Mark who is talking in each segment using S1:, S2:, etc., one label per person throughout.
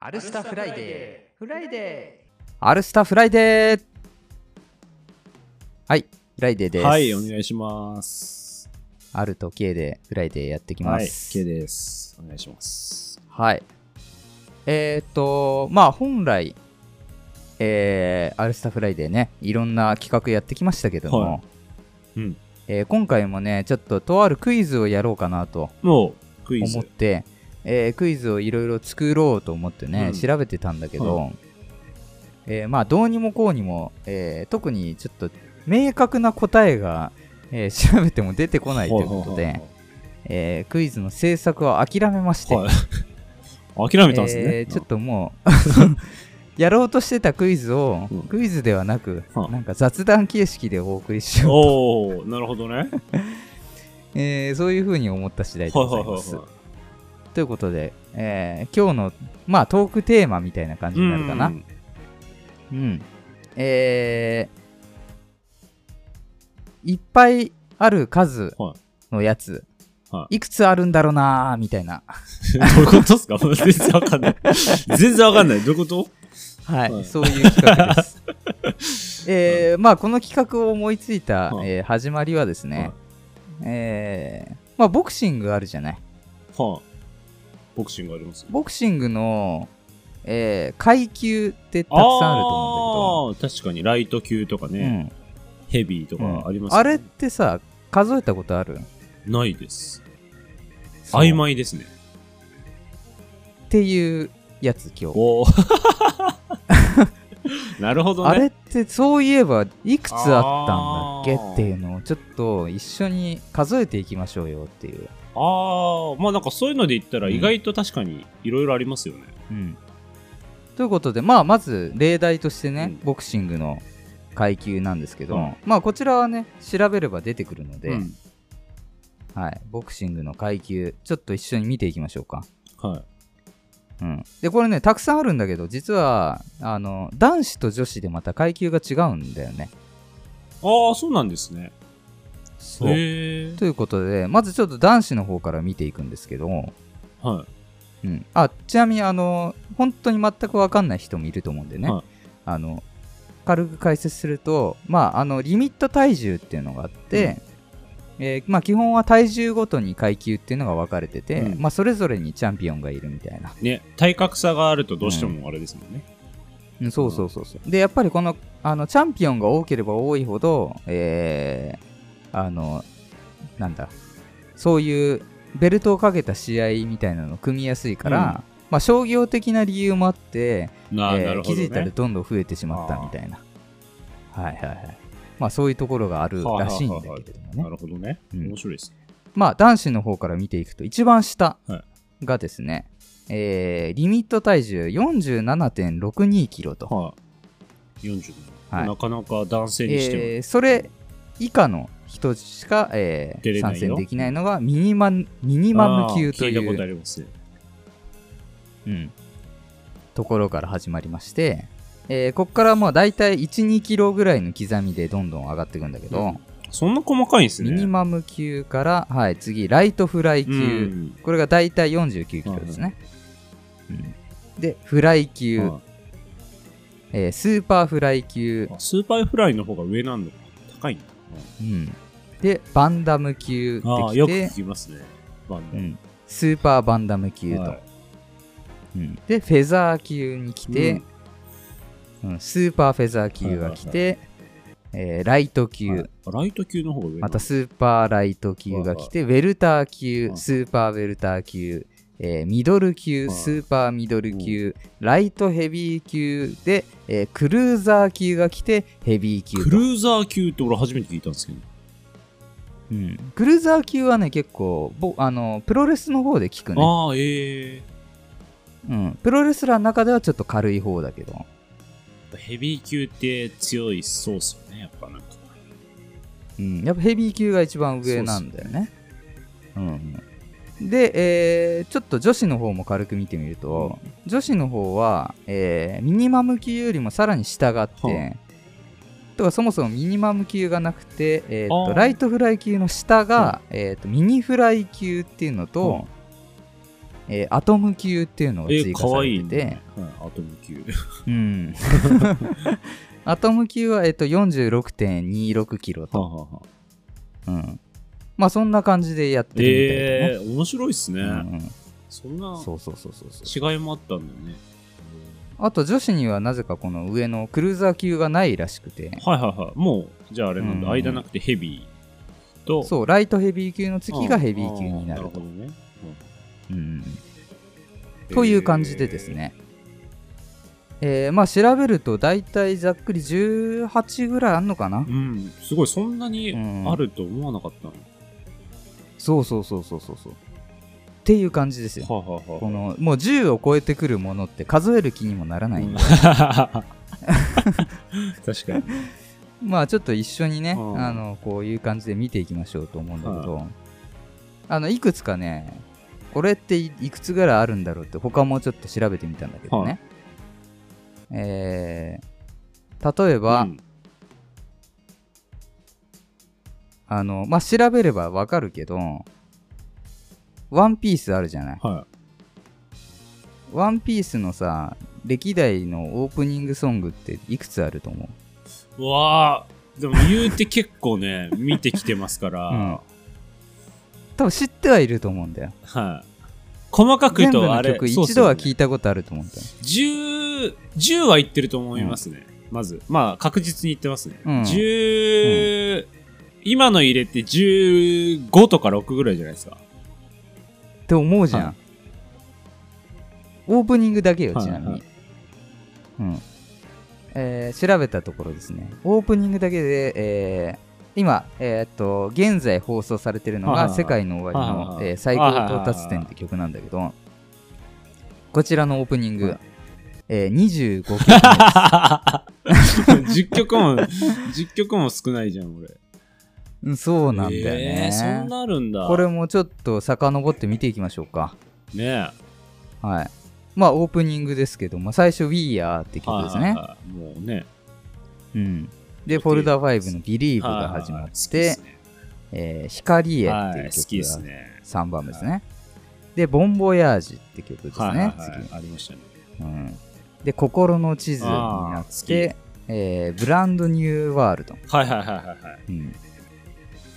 S1: アルスタフライデー。フライデー。
S2: アルスタフライデーはい、フライデーです。
S3: はい、お願いします。
S2: あると K でフライデーやってきま
S3: はい、
S2: す。
S3: K です。お願いします。
S2: はい。えーっと、まあ本来、えーアルスタフライデーね、いろんな企画やってきましたけども、
S3: はいうん
S2: えー今回もね、ちょっととあるクイズをやろうかなと
S3: もう、クイズ
S2: 思っ。て、えークイズをいろいろ作ろうと思ってね、
S3: うん
S2: 調べてたんだけど、えーまあどうにもこうにも、えー特にちょっと明確な答えが、えー 調べても出てこないということで、えークイズの制作は諦めまして、
S3: はいはい。諦めたんですね。
S2: えーちょっともうやろう としてたクイズを、
S3: うん
S2: クイズではなく、
S3: はあ
S2: なんか雑談形式でお送りしよう、
S3: おおなるほどね。はいはい
S2: えーそういうふうに思った次第でござ
S3: はいいは
S2: ます。
S3: い。
S2: ということで、えー今日の、まあ、トークテーマみたいな感じになるかな。
S3: うん
S2: うん。えーいっぱいある数
S3: は
S2: のやつ、、
S3: はい
S2: くつあるんだろうなーみたいな。
S3: どういうことですか全然わかんない。全然わかんない。どういうこと
S2: はい、
S3: はい
S2: そういう企画 です。えーまあ、この企画を思いついた、
S3: はい
S2: えー始まりはですね、
S3: はい
S2: えーまあ、ボクシングあるじゃない。
S3: はあ。ボクシングあります。
S2: ボクシングの、えー階級ってたくさんあると思うんだ
S3: あー確かに、ライト級とか
S2: けど、
S3: ね、ヘビーと
S2: うん
S3: かあります
S2: あ
S3: よね
S2: れってさ、数えたことある
S3: ないです。
S2: そう
S3: 曖昧ですね。
S2: っていうやつ今日。
S3: おお なるほどね。
S2: あれってそういえばいくつあったんだっけっていうのをちょっと一緒に数えていきましょうよっていう。
S3: ああ、まあなんかそういうので言ったら
S2: うん
S3: 意外と確かにいろいろありますよね。
S2: うん、ということで、まあ、まず例題としてね、
S3: う
S2: ボクシングの階級なんですけど、
S3: うん
S2: まあこちらはね調べれば出てくるので、
S3: うん
S2: はい、ボクシングの階級ちょっと一緒に見ていきましょうか。
S3: はい。
S2: うん、でこれねたくさんあるんだけど実はあの男子と女子でまた階級が違うんだよね。
S3: ああ、そうなんですね。
S2: そ
S3: へえ。
S2: ということでまずちょっと男子の方から見ていくんですけど、
S3: はい。
S2: うん、あちなみにあの本当に全く分かんない人もいると思うんでね、
S3: はい
S2: あの軽く解説すると、まあ、あのリミット体重っていうのがあって、えーまあ、基本は体重ごとに階級っていうのが分かれてて、
S3: うん
S2: まあ、それぞれにチャンピオンがいるみたいな、
S3: ね、体格差があるとどうしてもあれですもんね。
S2: うんそうそうそうそうでやっぱりこのあのチャンピオンが多ければ多いほど、えーあのなんだそういうベルトをかけた試合みたいなのを組みやすいから、
S3: うん
S2: まあ、商業的な理由もあって、
S3: なあ
S2: えー
S3: なるほ
S2: 気
S3: ど、ね。
S2: づいたらどんどん増えてしまったみたいな。はいはいはい。まあそういうところがあるらしいんだけれども
S3: な
S2: ね。
S3: るほどね。
S2: うん
S3: 面白いですね。
S2: まあ男子の方から見ていくと、一番下
S3: は
S2: がですね、えーリミット体重47.62キロと。
S3: はい。47、
S2: はい
S3: なかなか男性にしても、
S2: えーそれ以下の人しか、えー
S3: 出れない
S2: 参
S3: よ
S2: 戦できないのがミニマンミニマム級と
S3: あー聞いたことあ
S2: いう、
S3: りますね。
S2: うん、ところから始まりまして、えーここからもう大体1、2キロぐらいの刻みでどんどん上がっていくんだけど、
S3: うんそんな細かいんですね。
S2: ミニマム級から、はい、次、ライトフライ級、
S3: うん
S2: これが大体49キロですね。うんで、フライ級、
S3: は
S2: えースーパーフライ級
S3: い、あスーパーフライの方が上なんだ。高いんだ。
S2: うんで、バンダム級って
S3: ああー、
S2: き
S3: よく
S2: て
S3: 聞、きますね。バン
S2: う
S3: ダム
S2: んスーパーバンダム級と、
S3: はい
S2: うんで、フェザー級に来
S3: う
S2: て
S3: ん、
S2: うんスーパーフェザー級が来て、えーライト級、
S3: はいあライト級の方が上なんだ
S2: またスーパーライト級が来て、ウェルター級、
S3: うん
S2: スーパーウェルター級、えーミドル級、
S3: はい
S2: スーパーミドル級、ライトヘビー級で、えークルーザー級が来て、ヘビー級
S3: ク
S2: と
S3: ルーザー級って俺初めて聞いたんですけど。
S2: うんクルーザー級はね、結構ぼあの、プロレスの方で聞くね、
S3: ああ、ええ
S2: うん。プロレスラーの中ではちょっと軽い方だけど、
S3: ヘビー級って強いそうっすよね、やっぱなんか。
S2: うん、やっぱヘビー級が一番上なんだよね。うんで、えーちょっと女子の方も軽く見てみると、女子の方は、えーミニマム級よりもさらに下があって、
S3: は
S2: とかそもそもミニマム級がなくて、えーと
S3: あー
S2: ライトフライ級の下が、えーとミニフライ級っていうのと、えーアトム級っていうのが
S3: え
S2: 追加
S3: か
S2: さ
S3: わい
S2: れ
S3: い
S2: て
S3: ね
S2: て、
S3: はい、アトム級。
S2: うん、 アトム級は、えっと、46.26キロ
S3: はあ
S2: と、
S3: はあは あ
S2: うん、まあそんな感じでやってる
S3: えー、面白いっすね。
S2: みたいなね、うん
S3: そんな
S2: うん、そうそうそうそうそう
S3: 違いもあったんだね。
S2: あと女子にはなぜかこの上のクルーザー級がないらしくて
S3: はいはいはい。もう、じゃああれなんだ、
S2: うん
S3: 間なくてヘビーと、
S2: そうライトヘビー級の
S3: うん
S2: 次がヘビー級になる
S3: あーなるほどね。
S2: うんうんという感じでですね、えーまあ調べると大体ざっくり18ぐらいあんのかな、
S3: えー。うん、すごい、そんなに
S2: うん
S3: あると思わなかったの。
S2: そうそうそうそうそうそうっていう感じですよ
S3: はあ、はあはあ、
S2: このもう10を超えてくるものって数える気にもならないんで、
S3: 確かに。
S2: まあちょっと一緒にね、
S3: うん
S2: あのこういう感じで見ていきましょうと思うんだけど、
S3: う
S2: あのいくつかねこれっていくつぐらいあるんだろうって他もちょっと調べてみたんだけどね、えー例えば、
S3: うん
S2: あのまあ調べればわかるけどワンピースあるじゃない
S3: は
S2: ワンピースのさ歴代のオープニングソングっていくつあると思う
S3: い。わあ、でも言うて結構ね、見てきてますから、
S2: うん多分知ってはいると思うんだよ
S3: はい。細かく言
S2: 全
S3: う
S2: 部
S3: と、あ
S2: の
S3: れ、
S2: 曲一度は聞
S3: い
S2: いたことあると思うんだよ
S3: 10、10は言ってると思いますね。まず。まあ、確実に言ってますね。
S2: うん
S3: 10、今の入れって15とか6ぐらいじゃな いですか。
S2: って思うじゃん、
S3: は
S2: オープニングだけよ
S3: はい
S2: ちなみに、
S3: はい
S2: うんえー調べたところですねオープニングだけで、えー今、えーっと現在放送されてるの
S3: はい
S2: が「
S3: はい
S2: 世界の終わり
S3: はい
S2: の
S3: は」い
S2: えー最高到達点」って曲なんだけどこちらのオープニング、
S3: はい
S2: えー25曲目です
S3: 10曲も、10曲も少ないじゃん、俺。
S2: うんそうなんだよね、
S3: えーそんなあるんだ。
S2: これもちょっと遡って見ていきましょうか
S3: ね
S2: はいまあオープニングですけど、まあ、最初「We Are」って
S3: え。
S2: 曲
S3: はい
S2: です
S3: はい
S2: ね
S3: はいもうね。
S2: うん、で、フォルダ5の Believe が始まっ
S3: はいはい
S2: て、えー光へ
S3: はい
S2: って
S3: 好き
S2: い
S3: で
S2: う
S3: す
S2: 曲が
S3: ね。
S2: 3番目ですね。で、ボンボヤージって曲です
S3: はい
S2: ね、
S3: はいはいありましたね。
S2: 次。うんで、心の地図にな
S3: あ
S2: っ
S3: ー
S2: て、えーブランドニューワールド。
S3: はいはいはいはいはい。
S2: うん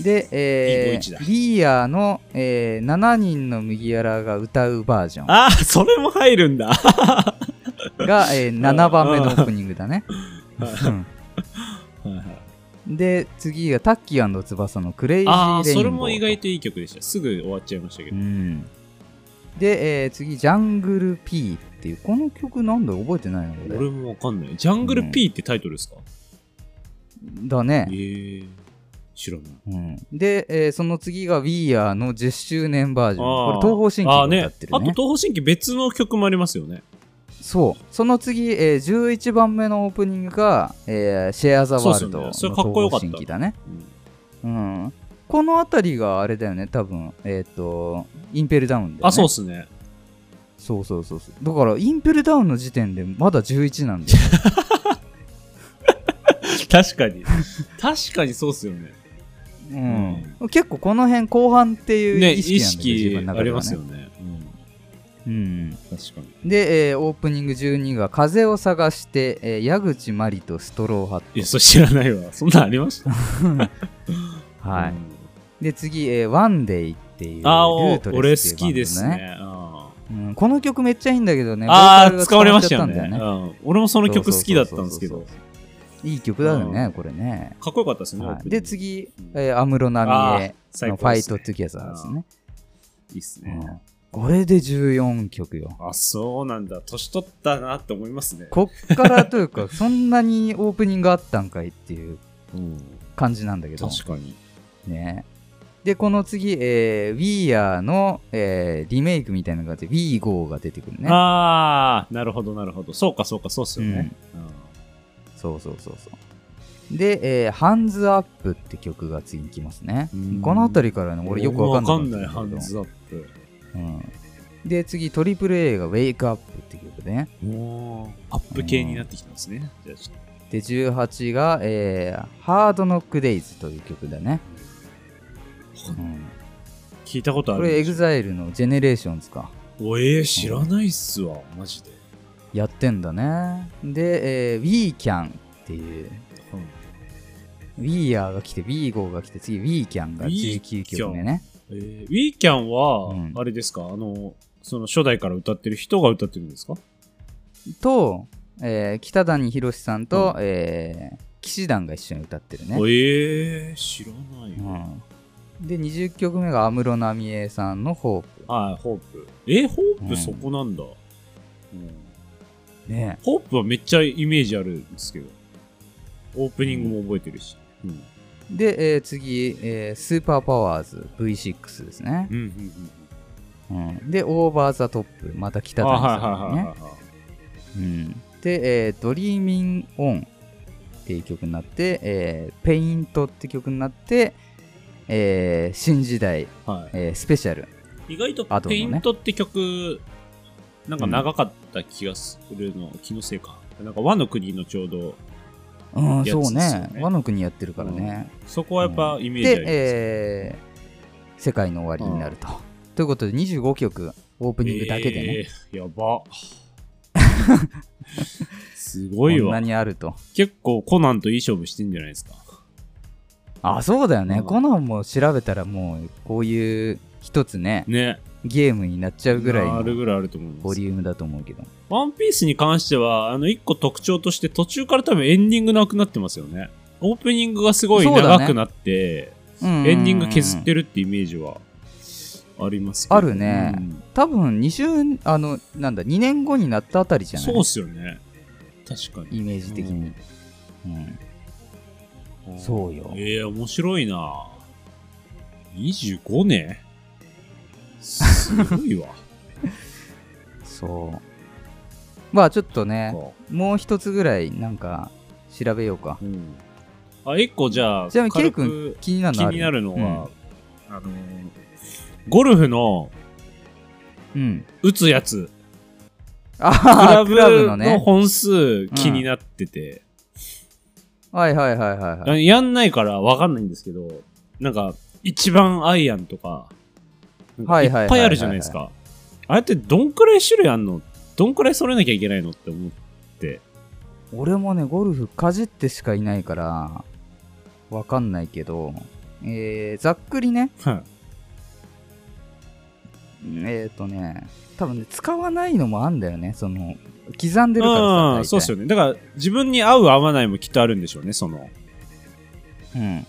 S2: で、え
S3: いい声
S2: ー
S3: だ
S2: リーヤーの、えー7人の麦わらが歌うバージョン
S3: ああ、それも入るんだ。
S2: が、えー7番目のオープニングだ ね。うんで、次がタッキー翼のクレイジー
S3: ああ、
S2: レインボー。
S3: それも意外といい曲でした。すぐ終わっちゃいましたけ
S2: う
S3: ど。
S2: ん、で、えー次「ジャングル P」っていうこの曲なんだ覚えてないの俺
S3: 俺もわかんない。ジャングル P ってタイトルですか
S2: だね
S3: え、え。知らない。
S2: うん、で、えーその次が「We Are」の10周年バージョンこ
S3: あー
S2: れ東方神起
S3: あ
S2: が
S3: ー
S2: 歌
S3: ね
S2: ってる
S3: あと
S2: ね
S3: 東方神起別の曲もありますよね。
S2: そうその次、えー11番目のオープニングが「えーシェア・ザ・ワールド」の
S3: そうそうそれ
S2: 東
S3: かっこよか
S2: 方
S3: った
S2: 神起だね
S3: うん
S2: うんこの辺りがあれだよね多分えっ、とインペルダウンだよ、ね、
S3: あ、そうっすね。
S2: そうそうそうそうだからインペルダウンの時点でまだ11なんだよ
S3: 確 かに。確かにそうっすよね。
S2: うん結構この辺後半っていう
S3: ね、
S2: 意
S3: 意
S2: 識なんだけど
S3: 識
S2: 自分の中
S3: あ
S2: ではね
S3: りますよね。うん
S2: うん、
S3: 確かに。
S2: で、えーオープニング12が「風を探して」えー矢口真理とストローハッ
S3: いや、それ知らないわ。そんなんありました。
S2: ト、は
S3: う
S2: い、
S3: ん
S2: で次、えーワンデイ」っていう
S3: あ
S2: ル
S3: ー
S2: ート
S3: 俺
S2: レス
S3: 好
S2: っていうバンド
S3: きですね。うん
S2: うんこの曲めっちゃいいんだけどねボーカ
S3: あ
S2: ル
S3: あ、
S2: が
S3: 使われましたよ
S2: 使われちゃった
S3: ね。
S2: んだよ
S3: うん俺もその曲好きだったんですけ
S2: そ
S3: ど
S2: う、いい曲だよね、これね、
S3: かっこよかったですね。オ
S2: は
S3: ープ
S2: い、
S3: ニング
S2: で、次えー安室奈美恵
S3: 最
S2: の「
S3: 高
S2: ファ
S3: で
S2: イ
S3: す
S2: ト・
S3: ね
S2: トゥギャザー」ですね
S3: いいっす
S2: う
S3: ね。
S2: んこれで14曲よ
S3: あ、そうなんだ。年取ったなって思いますね。
S2: こっからというかそんなにオープニングあったんかいっていう
S3: うん
S2: 感じなんだけど
S3: 確かに。
S2: ねでこの次、えー、We Are の、えーリメイクみたいな感じで We Go が出てくるね
S3: ああ、なるほど、なるほど。そうか、そうか、そうっすよね。うん
S2: そうそうそうそうで、えー、ハンズアップって曲が次に来ますね
S3: うん
S2: この辺りからね俺よくわかんない
S3: わかんない、ハンズアップ。
S2: うん、で次 AAA が Wake Up って曲ね
S3: おーアップ系になってきたんですね。じゃあちょっと
S2: で18が、えー、ハードノックデイズという曲だね、うん
S3: 聞いたことあ
S2: こ
S3: る。
S2: れ EXILE の GENERATIONS か
S3: おえー、知らないっすわ、マジで。
S2: やってんだね。で、えー、WeCan っていう、WeAre が来て、WeGo が来て、次 WeCan が19曲目ね。
S3: えー、ウィーキャンは、
S2: うん
S3: あれですかあの、その初代から歌ってる人が歌ってるんですか
S2: と、えー北谷宏さんと、えー騎士団が一緒に歌ってるね。
S3: おえー、知らない。
S2: うん、で、20曲目が安室奈美恵さんのホープ。
S3: あホープ。えホー
S2: う
S3: プ
S2: ん
S3: そこなんだ、うん
S2: ね
S3: ホープはめっちゃイメージあるんですけど。オープニングも覚えてるし。うん。
S2: で、えー次、えースーパーパワーズ V6 ですね
S3: う。ん、うん、うん。
S2: うん、で、オーバーザトップ、また北
S3: あ
S2: 谷
S3: はい
S2: さ
S3: は
S2: ん
S3: いはい
S2: ね。
S3: はいはい。
S2: うんで、えー、ドリーミングオンっていう曲になって、えー、ペイントって曲になって、えー新時代、
S3: は
S2: えースペシャル。
S3: い、意外と
S2: あとの
S3: ペ
S2: ね
S3: イントって曲、なんか長かった気がするの、気のせいか。なんか和の国のちょうど、
S2: うん、
S3: やつ
S2: そ
S3: で
S2: う
S3: すよね
S2: ね。和の国やってるからね。
S3: そこはやっぱイメージあり
S2: で、
S3: ます、
S2: えー世界の終わりになると。ということで、25曲、オープニングだけでね、
S3: えーや ば。すごい
S2: こんな
S3: わ。
S2: にあると。
S3: 結構コナンといい勝負してんじゃないですか。
S2: あ、そうだよね。
S3: うん
S2: コナンも調べたら、もう、こういう一つね、
S3: ね。
S2: ゲームになっちゃうぐらい
S3: ある
S2: の
S3: ぐらいあると思いま
S2: ボ
S3: す。
S2: リュームだと思うけど。
S3: ワンピースに関しては、あの、一個特徴として途中から多分エンディングなくなってますよね。オープニングがすごい
S2: そうだ
S3: 長
S2: ね
S3: くなって、エ
S2: エ
S3: ンディング削ってるってイメージはありますけど
S2: あるね
S3: うん
S2: 多分2週あのなんだ2年後になったあたりじゃない
S3: そうっすよね確かに
S2: イメージ的に、うんそうよ
S3: ええ面白いな25年すごいわ
S2: そうまあちょっと
S3: な
S2: ね
S3: んか
S2: もう一つぐらいなんか調べようか
S3: うんあ一個じゃあ
S2: ちなみにケイ
S3: 軽
S2: 君
S3: く
S2: 気になる
S3: 気
S2: のある
S3: になるのは、あのーゴルフの
S2: うん、 うん
S3: 打つやつ
S2: あ
S3: クラ
S2: ークラブ
S3: ブ
S2: の
S3: の
S2: ね
S3: 本数気になってて、
S2: はいはいはいはいはい
S3: やんないからわかんないんですけど、なんか、一番アイアンとか、なんか
S2: はいい
S3: っ
S2: はいはいはい
S3: ぱいあるじゃないですか。あれってどんくらい種類あんのどんくらい揃えなきゃいけないのって思って。
S2: 俺もねゴルフかじってしかいないからわかんないけど、えー、ざっくりね
S3: はい
S2: えっ、ー、とね多分ね使わないのもあんだよねその刻んでるからさ
S3: うん、
S2: 大体
S3: そうっすよね。だから、自分に合う合わないもきっとあるんでしょうね、その。
S2: うん。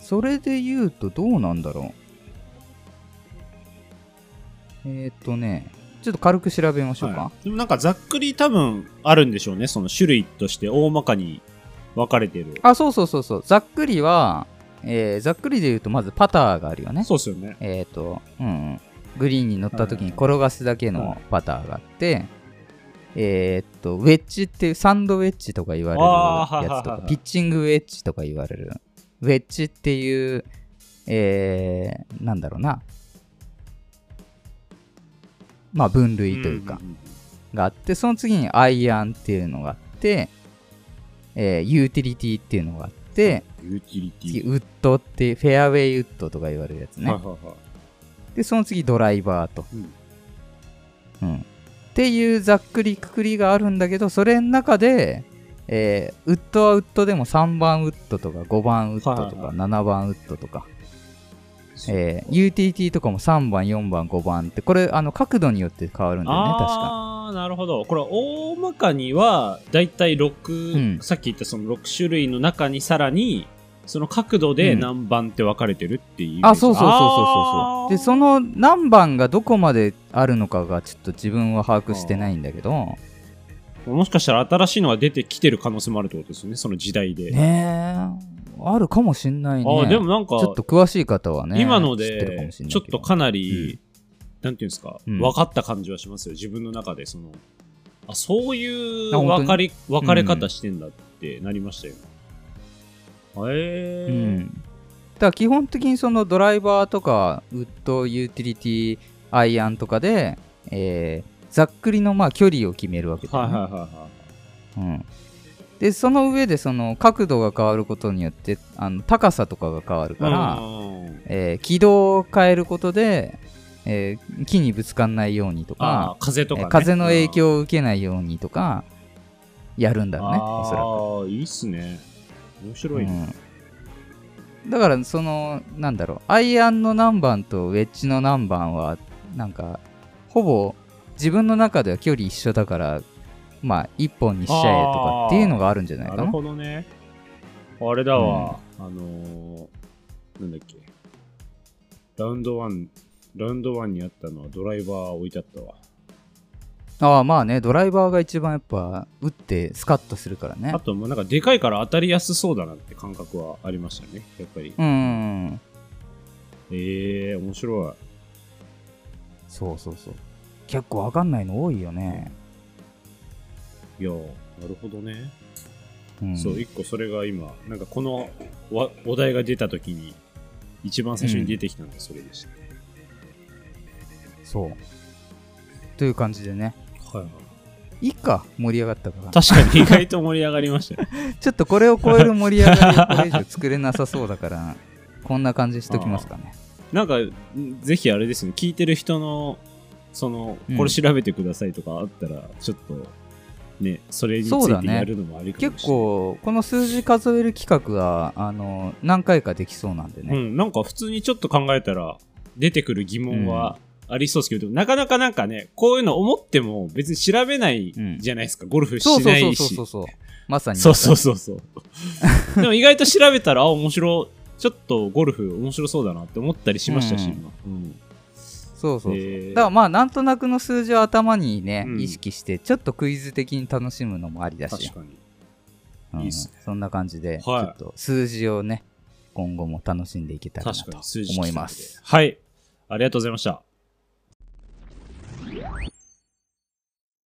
S2: それで言うとどうなんだろう。えーっ、とね、ちょっと軽く調べましょうか。
S3: はいでもなんかざっくり多分あるんでしょうね、その種類として大まかに分かれてる。
S2: あ、そうそうそうそう。ざっくりは、えーざっくりで言うとまずパターがあるよね。
S3: そうっすよね。
S2: えーっ、と、うん、うん。グリーンに乗った時に
S3: は
S2: 転がすだけ
S3: は
S2: の
S3: い
S2: パターがあって、えーっと、ウェッジっていうサンドウェッジとか言われる
S3: あー
S2: やつと
S3: はいはい
S2: か
S3: は、い
S2: ピッチングウェッジとか言われる。ウェッジっていう、えー、なんだろうな。まあ、分類というか、
S3: んんん
S2: があって、その次にアイアンっていうのがあって、えーユーティリティっていうのがあって、
S3: ユーティリテ
S2: 次、
S3: ィ。
S2: ウッドって、フェアウェイウッドとか言われるやつね。
S3: はいはいはい
S2: で、その次ドライバーと。
S3: うん
S2: うんっていうざっくりくくりがあるんだけど、それの中で、えーウッドはウッドでも3番ウッドとか5番ウッド
S3: は
S2: と
S3: いはい
S2: か
S3: はい
S2: 7番ウッドとか、
S3: そう
S2: えー、UTT とかも3番、4番、5番って、これあの角度によって変わるんだよね、確か。
S3: ああーなるほどこれ大まかにはだいたい6、
S2: うん
S3: さっき言ったその6種類の中にさらにその角度で
S2: うん
S3: 何番って分かれてるっていうイメージ、
S2: あ、そうそうそうそうそうそう。で、そ
S3: の
S2: の何番がどこまであるのかがちょっと自分は把握してないんだけど、
S3: もしかしたら新しいのが出てきてる可能性もあるってことですよねその時代で、
S2: ねーあるかもしんない
S3: あ
S2: ね。
S3: あでもなんか
S2: ちょっと詳しい方はね、
S3: 今の
S2: 知ってるか
S3: で
S2: もしれない
S3: ちょっ
S2: けど
S3: とかなり、なんていうんですか、
S2: うん
S3: 分かった感じはしますよ自分の中でそのあそういう
S2: あ本当に
S3: 分かれ分かれ方してんだってなりましたよ、え
S2: う
S3: ー
S2: ん、だから基本的にそのドライバーとかウッドユーティリティアイアンとかで、えーざっくりのまあ距離を決めるわけだよ
S3: はい
S2: ね、
S3: はいはいは
S2: う
S3: い
S2: ん、でその上でその角度が変わることによってあの高さとかが変わるから、
S3: うん
S2: えー軌道を変えることで、えー木にぶつかんないようにと
S3: ああ
S2: か、
S3: 風とか、
S2: え
S3: ね
S2: ー風の影響を受けないようにとか、やるんだろうね、おそらく。
S3: ああーいいっすね面白いね、
S2: うん、だからそのなんだろうアイアンの何番とウェッジの何番はなんかほぼ自分の中では距離一緒だからまあ1本にしちゃえとかっていうのがあるんじゃない
S3: な
S2: か
S3: る
S2: な
S3: ほどねあれだわ、あのー、なんだっけラウンドワンラウンドワンにあったのはドライバー置いてあったわ
S2: ああまあねドライバーが一番やっぱ打ってスカッとするからね
S3: あともうなんかでかいから当たりやすそうだなって感覚はありましたねやっぱり、
S2: うん
S3: ええ面白
S2: そうそうそう結構わかんないの多いよね、
S3: いいやーなるほどね
S2: うん、
S3: そう、一個それが今、なんかこのわお題が出たときに、一番最初に出てきたのがそれでした。
S2: そうという感じでね
S3: はい
S2: いいか盛り上がったから
S3: 確かに意外と盛り上がりましたね。
S2: ちょっとこれを超える盛り上がりこれ以上作れなさそうだからこんな感じしときますかね
S3: なんか、んぜひあれですね、聞いてる人の、その
S2: うん、
S3: これ調べてくださいとかあったら、ちょっと、ね、それにつ
S2: そう
S3: い
S2: だ
S3: て
S2: ね
S3: やるのもありかもしれない。
S2: 結構この数字数える企画があの何回かできそうなんで
S3: う
S2: ね、
S3: ん、なんか普通にちょっと考えたら、出てくる疑問はありそうですけど、でもなかなかなんかね、こういうの思っても別に調べないじゃないですか、ゴルフし
S2: そうそう
S3: な
S2: そ
S3: いうし。
S2: そうそうまさに
S3: そうそうそうそう。でも意外と調べたら、あ、面白い、ちょっとゴルフ面白そうだなって思ったりしましたし、
S2: うん
S3: 今。うん。
S2: そうそうそう、
S3: えー
S2: だからまあなんとなくの数字を頭にね、
S3: うん
S2: 意識してちょっとクイズ的に楽しむのもありだし
S3: 確、かに。
S2: うん
S3: いいっすね
S2: そんな感じで、
S3: はい
S2: ちょっと数字をね今後も楽しんでいけたらな
S3: 確か
S2: と
S3: に、数字。
S2: 思います。
S3: はい。ありがとうございました。